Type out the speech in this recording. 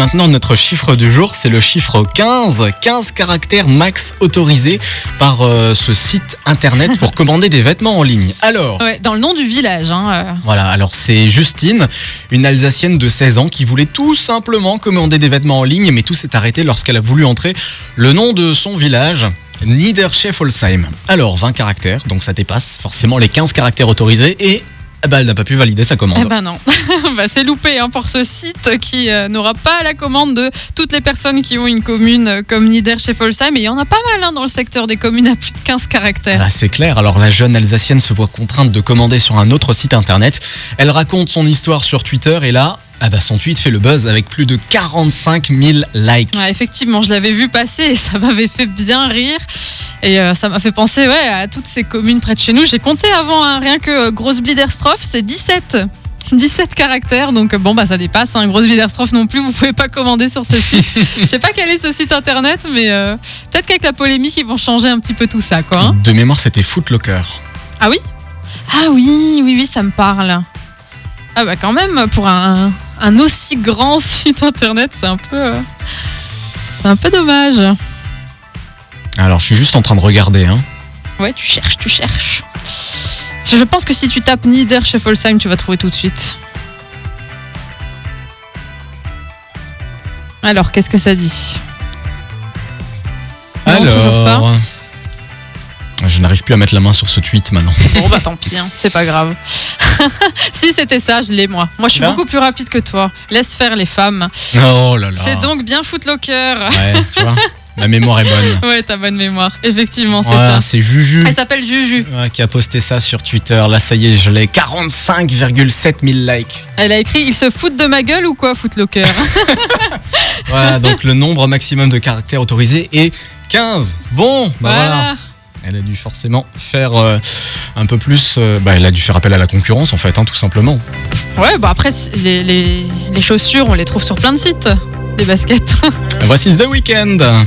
Maintenant, notre chiffre du jour, c'est le chiffre 15. 15 caractères max autorisés par euh, ce site internet pour commander des vêtements en ligne. Alors, Ouais, dans le nom du village. Hein, voilà, alors c'est Justine, une Alsacienne de 16 ans qui voulait tout simplement commander des vêtements en ligne, mais tout s'est arrêté lorsqu'elle a voulu entrer le nom de son village. Niederscheffolsheim. Alors, 20 caractères, donc ça dépasse forcément les 15 caractères autorisés et ah bah, elle n'a pas pu valider sa euh. Eh commande. ben non, Bah, c'est loupé hein, pour ce site qui euh, n'aura pas la commande de toutes les personnes qui ont une commune euh, comme Nieder chez Folsheim. Et il y en a pas mal hein, dans le secteur des communes à plus de 15 caractères. Ah, c'est clair, alors la jeune Alsacienne se voit contrainte de commander sur un autre site internet. Elle raconte son histoire sur Twitter et là, ah bah son tweet fait le buzz avec plus de 45 000 likes. Ouais, effectivement, je l'avais vu passer et ça m'avait fait bien rire. Et euh, ça m'a fait penser ouais, à toutes ces communes près de chez nous. J'ai compté avant, hein, rien que euh, Grosse Biederstroff, c'est 17. 17 caractères, donc euh, bon, bah ça dépasse. Hein, Grosse Biederstroff non plus, vous pouvez pas commander sur ce site. Je sais pas quel est ce site internet, mais euh, peut-être qu'avec la polémique, ils vont changer un petit peu tout ça, quoi. hein. de mémoire, c'était Footlocker. Ah oui Ah oui, oui, oui, ça me parle. Ah bah quand même, pour un, un aussi grand site internet, c'est un peu. euh, c'est un peu dommage. Alors, je suis juste en train de regarder. Hein. Ouais, tu cherches, tu cherches. Je pense que si tu tapes Nieder chez Folsheim, tu vas trouver tout de suite. Alors, qu'est-ce que ça dit Non, toujours pas. alors, je n'arrive plus à mettre la main sur ce tweet maintenant. Bon, bah tant pis, hein, c'est pas grave. si c'était ça, je l'ai moi. Moi, je suis Là beaucoup plus rapide que toi. Laisse faire les femmes. Oh là là. C'est donc bien Footlocker. Ouais, tu vois, la mémoire est bonne. Ouais, t'as bonne mémoire. Effectivement, c'est Voilà, ça. Ah, c'est Juju. Elle s'appelle Juju. ouais, qui a posté ça sur Twitter. Là, ça y est, je l'ai. 45,7 000 likes. Elle a écrit Ils se foutent de ma gueule ou quoi, Footlocker Bah, Voilà, donc le nombre maximum de caractères autorisés est 15. Bon, bah voilà. Voilà. Elle a dû forcément faire euh, un peu plus. euh, bah, elle a dû faire appel à la concurrence, en fait, hein, tout simplement. Ouais, bah après, c- les, les- les chaussures, on les trouve sur plein de sites, les baskets. Voici The Weeknd.